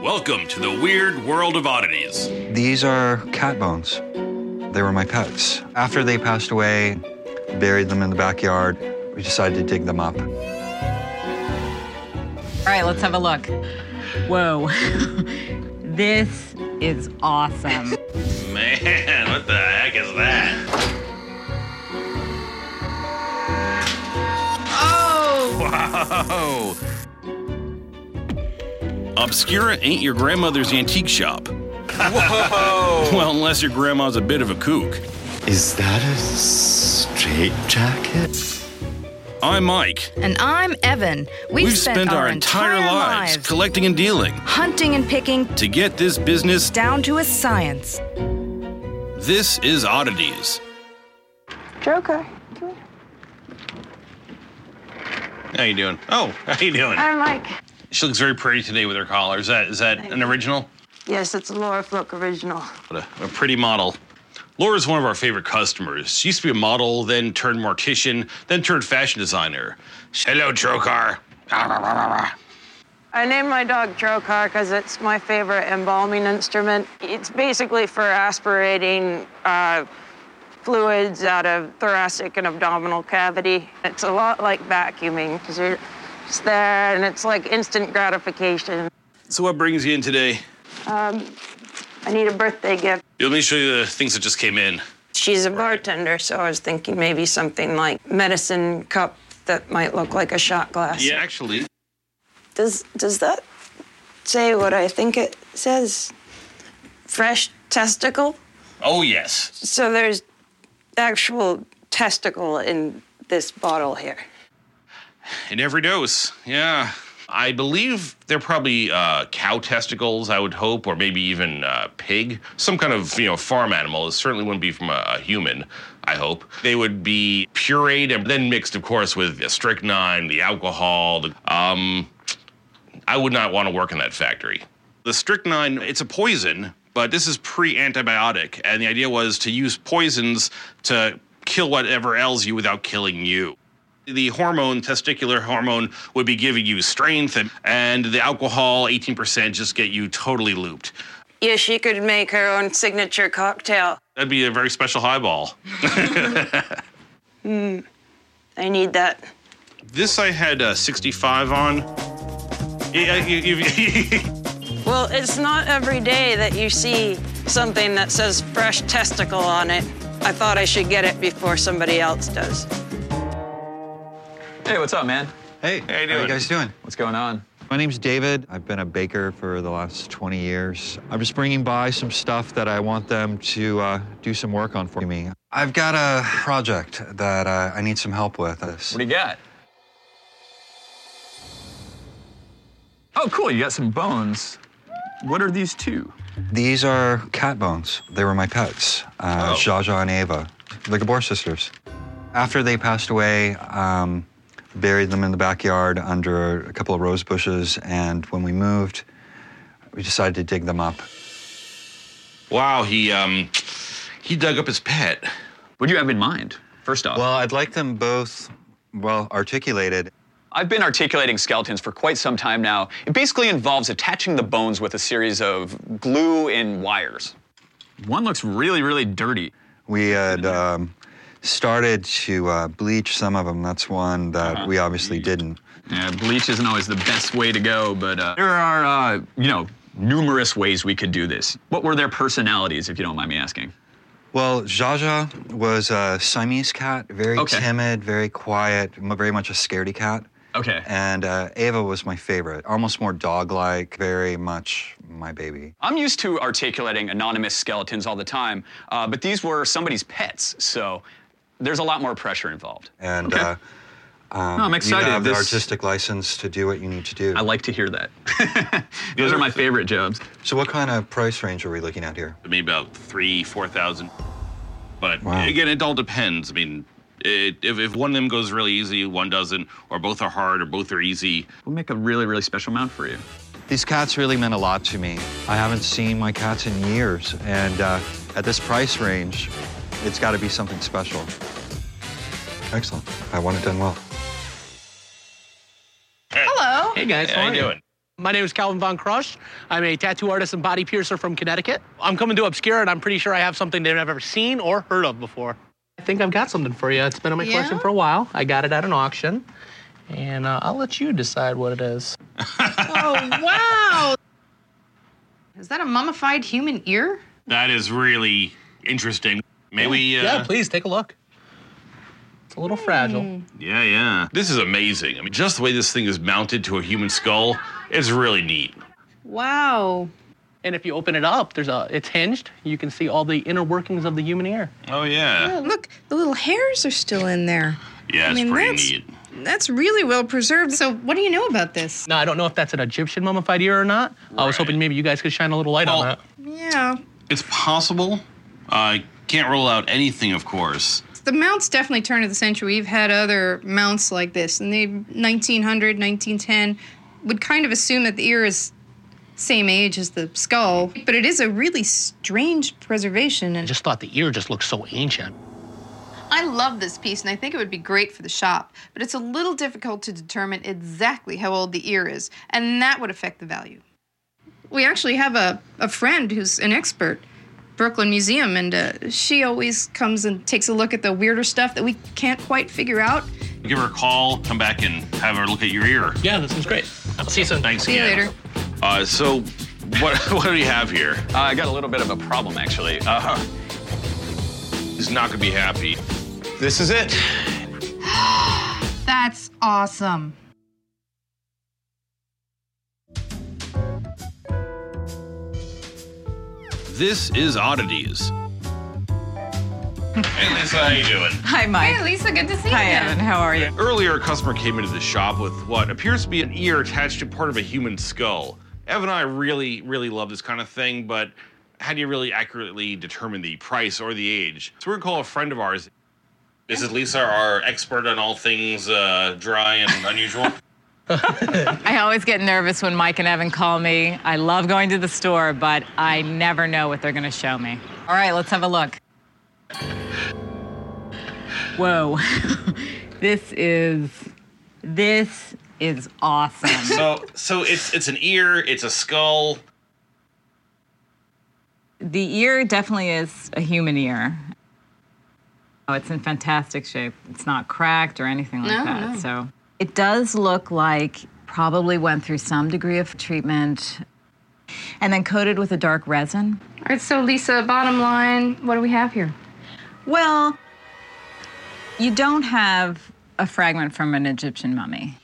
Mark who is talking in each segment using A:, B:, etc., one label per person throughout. A: Welcome to the weird world of oddities.
B: These are cat bones. They were my pets. After they passed away, buried them in the backyard. We decided to dig them up.
C: All right, let's have a look. Whoa. this is awesome.
A: Man, what the heck is that?
C: Oh!
A: Wow. Obscura ain't your grandmother's antique shop. Whoa! well, unless your grandma's a bit of a kook.
D: Is that a straight jacket?
A: I'm Mike.
E: And I'm Evan. We've,
A: We've, spent, our entire, lives collecting and dealing
E: hunting and picking
A: to get this business.
E: down to a science.
A: This is Oddities.
F: Joker, come here.
A: How you doing? Oh, how you doing?
F: I'm Mike.
A: She looks very pretty today with her collar. Is that is that an original?
F: Yes, it's a Laura Fluke original.
A: What a, a pretty model. Laura's one of our favorite customers. She used to be a model, then turned mortician, then turned fashion designer. Hello, Trokar.
F: I named my dog Trokar because it's my favorite embalming instrument. It's basically for aspirating uh, fluids out of thoracic and abdominal cavity. It's a lot like vacuuming because you're just there and it's like instant gratification.
A: So, what brings you in today?
F: I need a birthday gift.
A: Let me show you the things that just came in.
F: She's a bartender, so I was thinking maybe something like medicine cup that might look like a shot glass.
A: actually.
F: Does does that say what I think it says? Fresh testicle?
A: Oh, yes.
F: So there's actual testicle in this bottle here.
A: In every dose. Yeah. I believe they're probably uh, cow testicles, I would hope, or maybe even uh, pig. Some kind of, you know, farm animal. It certainly wouldn't be from a, a human, I hope. They would be pureed and then mixed, of course, with strychnine, the alcohol. The, um, I would not want to work in that factory. The strychnine, it's a poison, but this is pre antibiotic. And the idea was to use poisons to kill whatever ails you without killing you. The hormone, testicular hormone, would be giving you strength, and, and the alcohol, 18%, just get you totally looped.
F: Yeah, she could make her own signature cocktail.
A: That'd be a very special highball.
F: I need that.
A: This I had uh, 65 on. Yeah, you- you-
F: Well, it's not every day that you see something that says fresh testicle on it. I thought I should get it before somebody else does.
G: Hey, what's up, man?
B: Hey,
A: How you
B: how
A: doing?
B: you guys doing?
G: What's going on?
B: My name's David. I've been a baker for the last 20 years. I'm just bringing by some stuff that I want them to uh, do some work on for me. I've got a project that uh, I need some help with. This.
G: What do you got? Oh, cool. You got some bones. What are these two?
B: These are cat bones. They were my pets, uh,
A: Oh.
B: Jaja and Ava, the Gabor sisters. After they passed away, um, buried them in the backyard under a couple of rose bushes. And when we moved, we decided to dig them up.
A: wow, he um, he dug up his pet.
G: What do you have in mind? First off,
B: Well, I'd like them both well articulated.
G: I've been articulating skeletons for quite some time now. It basically involves attaching the bones with a series of glue and wires. One looks really, really dirty.
B: We had um, started to uh, bleach some of them. That's one that we obviously didn't.
G: Yeah, bleach isn't always the best way to go, but uh, there are, uh, you know, numerous ways we could do this. What were their personalities, if you don't mind me asking?
B: Well, Jaja was a Siamese cat, very
G: Okay.
B: timid, very quiet, m- very much a scaredy cat.
G: Okay.
B: And uh, Ava was my favorite, almost more dog like, very much my baby.
G: I'm used to articulating anonymous skeletons all the time, uh, but these were somebody's pets, so there's a lot more pressure involved.
B: And
G: Okay.
B: uh,
G: no, I'm
B: you
G: excited.
B: have
G: This-
B: the artistic license to do what you need to do.
G: I like to hear that. Those are my favorite jobs.
B: so, what kind of price range are we looking at here?
A: maybe about three, four thousand. But
B: Wow.
A: again, it all depends. I mean, it, if if one of them goes really easy, one doesn't, or both are hard, or both are easy.
G: We'll make a really, really special mount for you.
B: These cats really meant a lot to me. I haven't seen my cats in years, and uh, at this price range, it's got to be something special. Excellent. I want it done well.
E: Hello.
A: Hey guys, how, you doing?
H: My name is Calvin Von Crush. I'm a tattoo artist and body piercer from Connecticut. I'm coming to Obscura, and I'm pretty sure I have something they've never seen or heard of before. I think I've got something for you. It's been on my collection
C: Yeah?
H: for a while. I got it at an auction, and uh, I'll let you decide what it is.
C: Oh, wow. Is that a mummified human ear?
A: That is really interesting. May we? Uh,
H: yeah, please take a look. It's a little fragile.
I: Yeah, yeah.
A: This is amazing. I mean, just the way this thing is mounted to a human skull, it's really neat.
C: Wow.
H: And if you open it up, there's a it's hinged. You can see all the inner workings of the human ear.
I: Oh, yeah.
E: Look, the little hairs are still in there.
I: Yeah,
E: I
I: it's
E: mean,
I: pretty
E: that's-
I: neat.
E: That's really well preserved.
C: So, what do you know about this?
H: Now I don't know if that's an Egyptian mummified ear or not. I was
A: Right.
H: hoping maybe you guys could shine a little light
I: Well,
H: on that.
E: yeah,
I: It's possible. I can't rule out anything, of course.
C: The mount's definitely turn of the century. We've had other mounts like this in the 1900, 1910. Would kind of assume that the ear is same age as the skull, but it is a really strange preservation.
H: I
C: And
H: just thought the ear just looked so ancient.
C: I love this piece, and I think it would be great for the shop, but it's a little difficult to determine exactly how old the ear is, and that would affect the value. We actually have a, a friend who's an expert, Brooklyn Museum, and uh, she always comes and takes a look at the weirder stuff that we can't quite figure out.
I: Give her a call, come back and have her look at your ear.
H: Yeah, this is great. I'll see you soon.
I: Thanks
C: See you
I: again.
C: later.
A: Uh, so, what what do we have here?
G: Uh, I got a little bit of a problem, actually. Uh,
A: He's not gonna be happy.
G: this is it.
C: That's awesome.
A: This is oddities. Hey Lisa, how you doing?
J: Hi, Mike.
C: Hey, Lisa, good to see
J: Hi,
C: you. again.
J: Evan. How are you?
A: Earlier, a customer came into the shop with what appears to be an ear attached to part of a human skull. Ev and I really, really love this kind of thing, but how do you really accurately determine the price or the age? So we're gonna call a friend of ours. This is Lisa, our expert on all things uh, dry and unusual.
J: I always get nervous when Mike and Evan call me. I love going to the store, but I never know what they're going to show me. All right, let's have a look.
C: Whoa.
J: This is
C: this is awesome.
A: so, so it's it's an ear, it's a skull.
J: the ear definitely is a human ear. Oh, it's in fantastic shape. It's not cracked or anything like
C: No,
J: that.
C: no.
J: So it does look like probably went through some degree of treatment and then coated with a dark resin.
C: All right, so Lisa, bottom line, what do we have here?
J: Well, you don't have a fragment from an Egyptian mummy.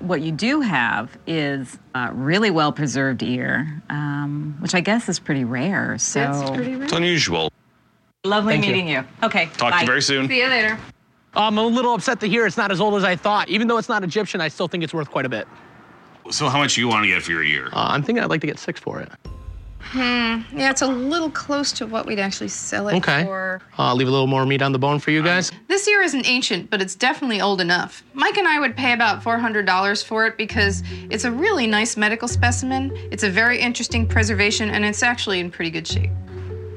J: What you do have is a really well preserved ear, um, which I guess is pretty rare. So
C: That's pretty rare.
A: It's unusual.
J: lovely
H: Thank you.
J: meeting you. Okay,
A: Talk to
J: bye.
A: you very soon.
C: See you later.
H: I'm a little upset to hear it's not as old as I thought. Even though it's not Egyptian, I still think it's worth quite a bit.
I: So, how much you want to get for your ear?
H: Uh, I'm thinking I'd like to get six for it.
C: Yeah, it's a little close to what we'd actually sell it
H: Okay.
C: for.
H: Uh, leave a little more meat on the bone for you guys.
C: This ear isn't ancient, but it's definitely old enough. Mike and I would pay about $400 for it because it's a really nice medical specimen. It's a very interesting preservation, and it's actually in pretty good shape.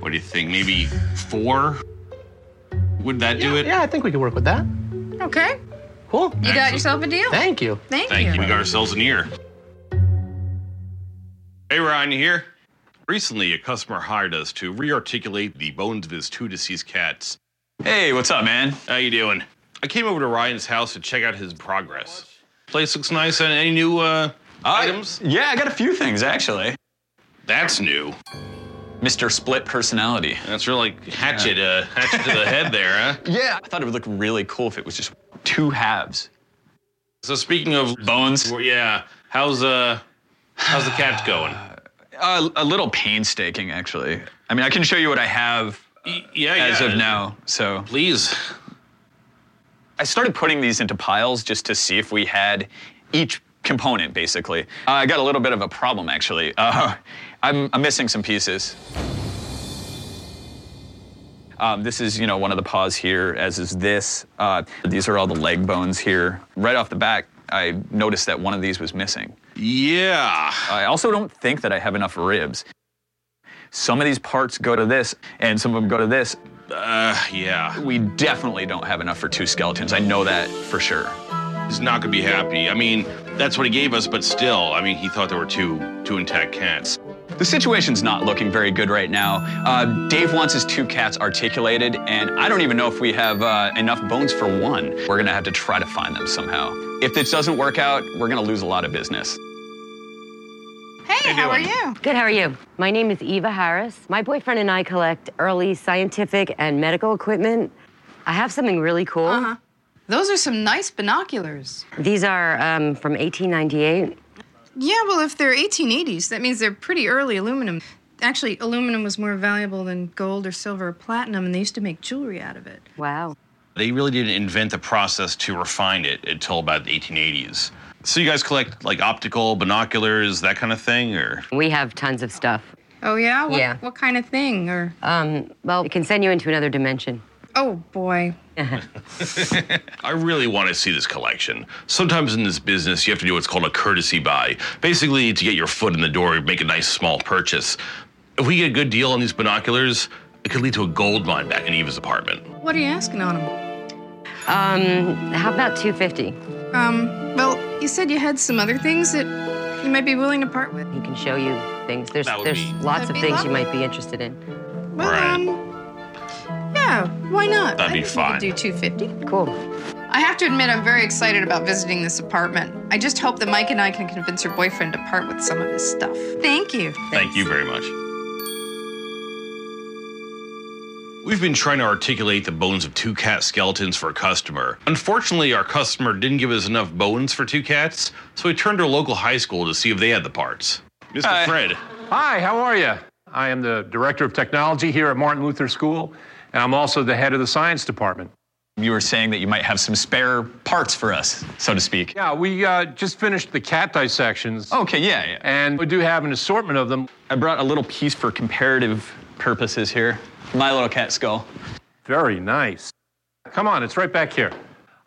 I: What do you think? Maybe four? Would that do it?
H: Yeah, I think we could work with that.
C: Okay.
H: Cool.
C: You got yourself a deal.
H: Thank you.
C: Thank,
I: Thank you.
C: you.
I: We got ourselves an ear.
A: Hey, Ryan, you here? Recently, a customer hired us to rearticulate the bones of his two deceased cats.
G: Hey, what's up, man?
A: How you doing? I came over to Ryan's house to check out his progress. Place looks nice. And any new uh, items?
G: Yeah, I got a few things, actually.
A: That's new.
G: Mr. Split Personality.
A: That's really like hatchet, uh, hatchet to the head there, huh?
G: Yeah. I thought it would look really cool if it was just two halves.
A: So speaking of,
G: Bones.
A: yeah, how's uh, how's the cats going?
G: Uh, a little painstaking, actually. I mean, I can show you what I have
A: Y- yeah,
G: as
A: yeah.
G: of now. So
A: Please.
G: I started putting these into piles just to see if we had each component, basically. Uh, I got a little bit of a problem, actually. Uh, I'm, I'm missing some pieces. Um, this is, you know, one of the paws here, as is this. Uh, these are all the leg bones here. Right off the back, I noticed that one of these was missing.
A: Yeah.
G: I also don't think that I have enough ribs. Some of these parts go to this, and some of them go to this.
A: Uh, yeah.
G: We definitely don't have enough for two skeletons. I know that for sure.
A: He's not going to be happy. I mean, that's what he gave us, but still, I mean, he thought there were two two intact cats.
G: The situation's not looking very good right now. Uh, Dave wants his two cats articulated, and I don't even know if we have uh, enough bones for one. We're gonna have to try to find them somehow. If this doesn't work out, we're gonna lose a lot of business.
C: Hey, how are you?
K: Good, how are you? My name is Eva Harris. My boyfriend and I collect early scientific and medical equipment. I have something really cool. Uh-huh.
C: Those are some nice binoculars.
K: These are um, from 1898.
C: Yeah, well, if they're 1880s, that means they're pretty early aluminum. Actually, aluminum was more valuable than gold or silver or platinum, and they used to make jewelry out of it.
K: Wow.
A: They really didn't invent the process to refine it until about the 1880s. So you guys collect like optical binoculars, that kind of thing, or
K: We have tons of stuff.
C: Oh, yeah? What,
K: Yeah.
C: What kind of thing? Or
K: Um, well, it can send you into another dimension.
C: Oh, boy.
A: I really want to see this collection. Sometimes in this business, you have to do what's called a courtesy buy, basically to get your foot in the door, make a nice small purchase. If we get a good deal on these binoculars, it could lead to a gold mine back in Eva's apartment.
C: What are you asking on them?
K: Um, how about 250?
C: Um, well, you said you had some other things that you might be willing to part with.
K: He can show you things. There's
C: That would
K: there's
C: be-
K: lots
C: That'd
K: of
C: be
K: things you
C: lovely.
K: might be interested in.
C: Well, um, yeah, why not?
K: That'd
C: I
K: be
C: think
K: fine.
C: We could do 250.
K: Cool.
C: I have to admit, I'm very excited about visiting this apartment. I just hope that Mike and I can convince her boyfriend to part with some of his stuff. Thank you.
A: Thank you very much. We've been trying to articulate the bones of two cat skeletons for a customer. Unfortunately, our customer didn't give us enough bones for two cats, so we turned to a local high school to see if they had the parts. Mr. Fred.
L: Hi, how are you? I am the director of technology here at Martin Luther School, and I'm also the head of the science department.
G: You were saying that you might have some spare parts for us, so to speak.
L: Yeah, we uh, just finished the cat dissections.
G: Okay, yeah, yeah.
L: And we do have an assortment of them.
G: I brought a little piece for comparative purposes here. My little cat skull.
L: Very nice. Come on, it's right back here.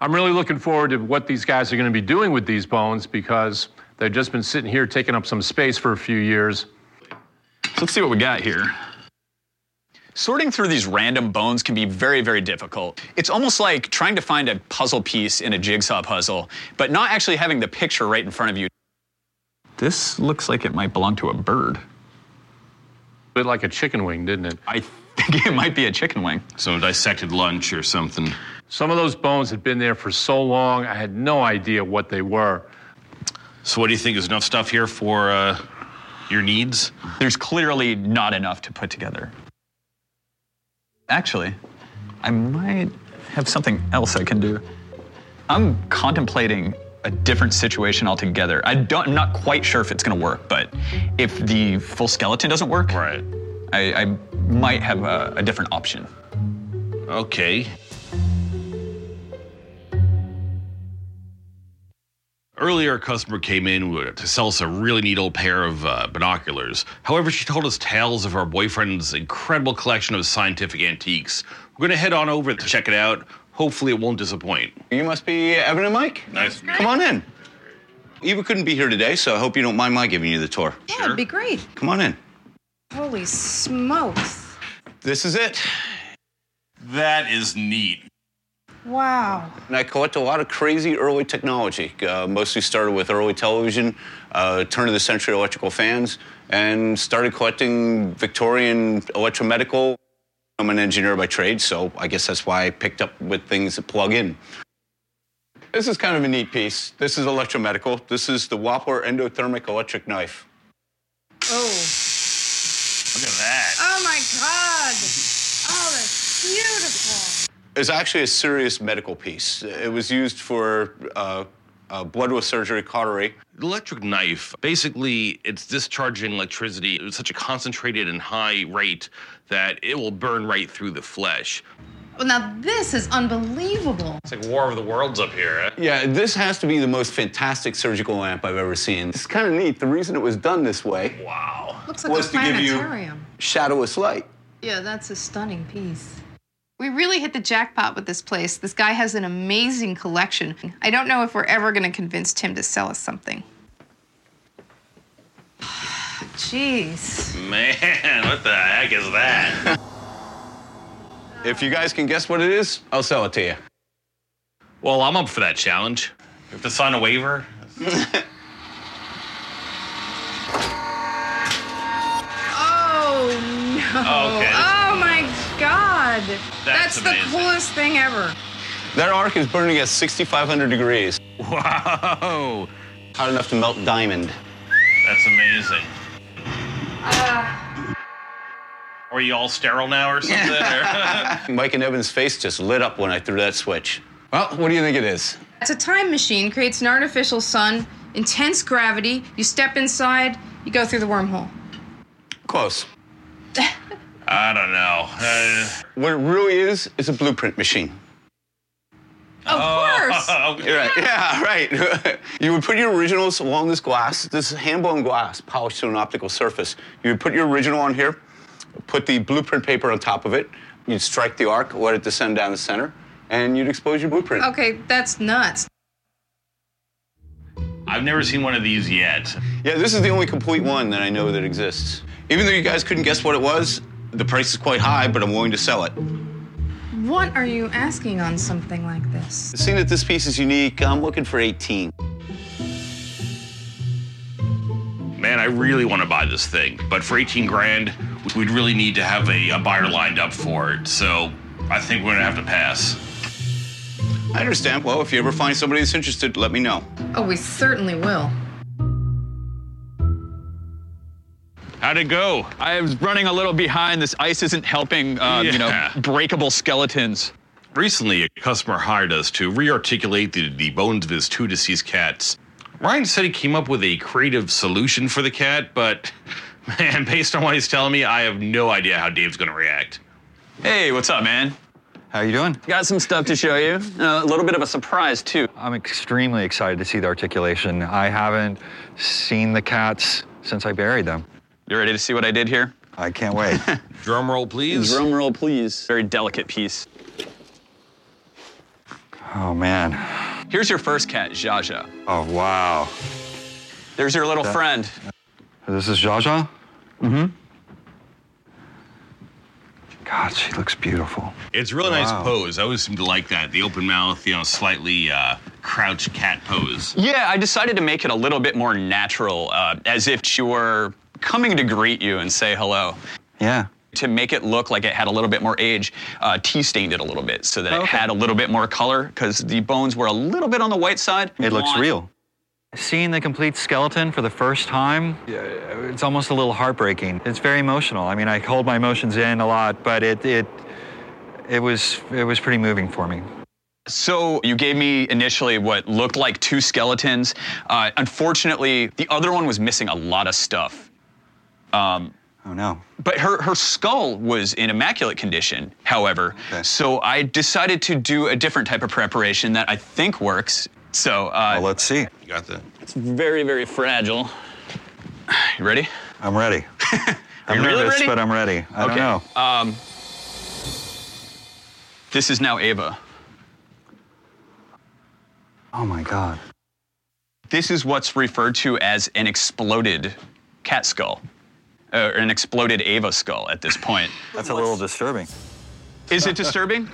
L: I'm really looking forward to what these guys are going to be doing with these bones because they've just been sitting here taking up some space for a few years.
G: So let's see what we got here. Sorting through these random bones can be very, very difficult. It's almost like trying to find a puzzle piece in a jigsaw puzzle, but not actually having the picture right in front of you. This looks like it might belong to a bird.
L: bit like a chicken wing, didn't it?
G: I think it might be a chicken wing.
A: Some dissected lunch or something.
L: Some of those bones had been there for so long, I had no idea what they were.
A: So, what do you think is enough stuff here for uh, your needs?
G: There's clearly not enough to put together. Actually, I might have something else I can do. I'm contemplating a different situation altogether. I don't, I'm not quite sure if it's going to work, but if the full skeleton doesn't work,
A: right.
G: I, I might have a, a different option.
A: Okay. Earlier, a customer came in with- to sell us a really neat old pair of uh, binoculars. However, she told us tales of her boyfriend's incredible collection of scientific antiques. We're going to head on over to check it out. Hopefully, it won't disappoint.
M: You must be Evan and Mike.
A: Nice.
M: Come on in. Eva couldn't be here today, so I hope you don't mind my giving you the tour.
C: Yeah, it'd be great.
M: Come on in.
C: Holy smokes.
M: This is it.
A: That is neat.
C: Wow.
M: And I collect a lot of crazy early technology. Uh, mostly started with early television, uh, turn of the century electrical fans, and started collecting Victorian electromedical. I'm an engineer by trade, so I guess that's why I picked up with things that plug in. This is kind of a neat piece. This is electromedical. This is the Wappler endothermic electric knife.
C: Oh.
A: Look at that.
C: Oh my God. Oh, that's beautiful.
M: It's actually a serious medical piece. It was used for uh, uh, bloodless surgery, cautery.
A: The electric knife, basically, it's discharging electricity at such a concentrated and high rate that it will burn right through the flesh.
C: Well, now this is unbelievable.
A: It's like War of the Worlds up here. eh?
M: Yeah, this has to be the most fantastic surgical lamp I've ever seen. It's kind of neat. The reason it was done this way
A: wow.
C: Looks like
M: was
C: a
M: to give you
C: planetarium.
M: shadowless light.
C: Yeah, that's a stunning piece. We really hit the jackpot with this place. This guy has an amazing collection. I don't know if we're ever going to convince Tim to sell us something. Jeez.
A: Man, what the heck is that?
M: If you guys can guess what it is, I'll sell it to you.
A: Well, I'm up for that challenge.
N: have to sign a waiver.
E: Oh no.
N: Okay.
E: Oh my god. That's,
M: That's
E: the
M: amazing.
E: coolest thing ever.
M: That arc is burning at 6,500 degrees. Wow. Hot enough to melt diamond.
N: That's amazing.
E: Uh.
N: Are you all sterile now or something? or-
M: Mike and Evan's face just lit up when I threw that switch. Well, what do you think it is?
C: It's a time machine, creates an artificial sun, intense gravity. You step inside, you go through the wormhole.
M: Close.
N: I don't know. Uh,
M: What it really is is a blueprint machine.
C: Of
A: Uh,
N: course.
M: You're right. Yeah, right. you would put your originals along this glass, this hand-blown glass polished to an optical surface. You would put your original on here, put the blueprint paper on top of it. You'd strike the arc, let it descend down the center, and you'd expose your blueprint.
C: Okay, that's nuts.
N: I've never seen one of these yet.
M: Yeah, this is the only complete one that I know that exists. Even though you guys couldn't guess what it was, the price is quite high, but I'm willing to sell it.
C: What are you asking on something like this?
M: Seeing that this piece is unique, I'm looking for 18.
A: Man, I really want to buy this thing, but for 18 grand, we'd really need to have a, a buyer lined up for it. So I think we're going to have to pass.
M: I understand. Well, if you ever find somebody that's interested, let me know.
C: Oh, we certainly will.
G: How'd it go? I was running a little behind. This ice isn't helping, uh, you know,
A: Yeah.
G: breakable skeletons.
A: Recently, a customer hired us to re articulate the, the bones of his two deceased cats. Ryan said he came up with a creative solution for the cat, but man, based on what he's telling me, I have no idea how Dave's going to react.
G: Hey, what's up, man?
B: How you doing?
G: Got some stuff to show you. Uh, a little bit of a surprise too.
B: I'm extremely excited to see the articulation. I haven't seen the cats since I buried them.
G: You ready to see what I did here?
B: I can't wait.
A: Drum roll, please.
G: Drum roll, please. Very delicate piece.
B: Oh man.
G: Here's your first cat, Jaja.
B: Oh wow.
G: There's your little
B: That-
G: friend.
B: This is Jaja.
G: Mm-hmm.
B: God, she looks beautiful.
A: It's a really
B: Wow.
A: nice pose. I always seem to like that. The open mouth, you know, slightly uh, crouched cat pose.
G: Yeah, I decided to make it a little bit more natural, uh, as if she were coming to greet you and say hello.
B: Yeah.
G: To make it look like it had a little bit more age, uh, tea stained it a little bit so that it had a little bit more color because the bones were a little bit on the white side.
B: It looks
G: Want-
B: real. Seeing the complete skeleton for the first time, yeah, it's almost a little heartbreaking. It's very emotional. I mean, I hold my emotions in a lot, but it it it was it was pretty moving for me.
G: So you gave me initially what looked like two skeletons. Uh, unfortunately, the other one was missing a lot of stuff. Um,
B: oh no!
G: But her her skull was in immaculate condition. However, so I decided to do a different type of preparation that I think works. So uh,
B: let's see.
A: You got that?
G: It's very very fragile. You ready?
B: I'm ready. I'm
G: you really
B: nervous,
G: ready?
B: but I'm ready. Uh, I
G: okay.
B: don't know.
G: Um, this is now Ava.
B: Oh my god.
G: This is what's referred to as an exploded cat skull, uh, or an exploded Ava skull at this point.
B: That's a little disturbing.
G: Is it disturbing?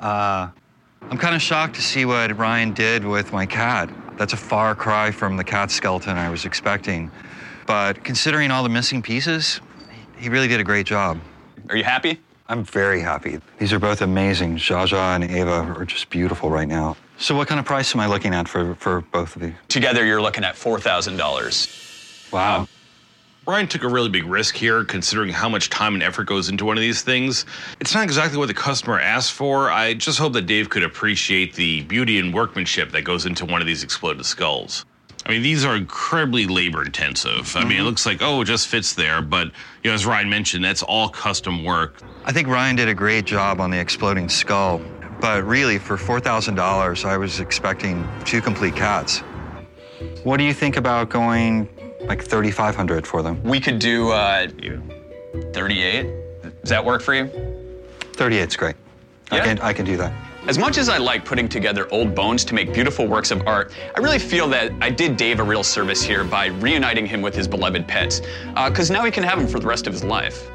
B: Uh, I'm kind of shocked to see what Ryan did with my cat. That's a far cry from the cat skeleton I was expecting. But considering all the missing pieces, he really did a great job.
G: Are you happy?
B: I'm very happy. These are both amazing. Jaja and Ava are just beautiful right now. So, what kind of price am I looking at for, for both of you?
G: Together, you're looking at $4,000.
B: Wow.
A: Ryan took a really big risk here, considering how much time and effort goes into one of these things. It's not exactly what the customer asked for. I just hope that Dave could appreciate the beauty and workmanship that goes into one of these exploded skulls. I mean, these are incredibly labor intensive. I mean, it looks like, oh, it just fits there. But, you know, as Ryan mentioned, that's all custom work.
B: I think Ryan did a great job on the exploding skull, but really, for $4,000, I was expecting two complete cats. What do you think about going like 3500 for them?
G: We could do uh, 38. Does that work for you?
B: 38's great. I,
G: Yeah.
B: can, I can do that.
G: As much as I like putting together old bones to make beautiful works of art, I really feel that I did Dave uh, a real service here by reuniting him with his beloved pets, because now he can have them for the rest of his life.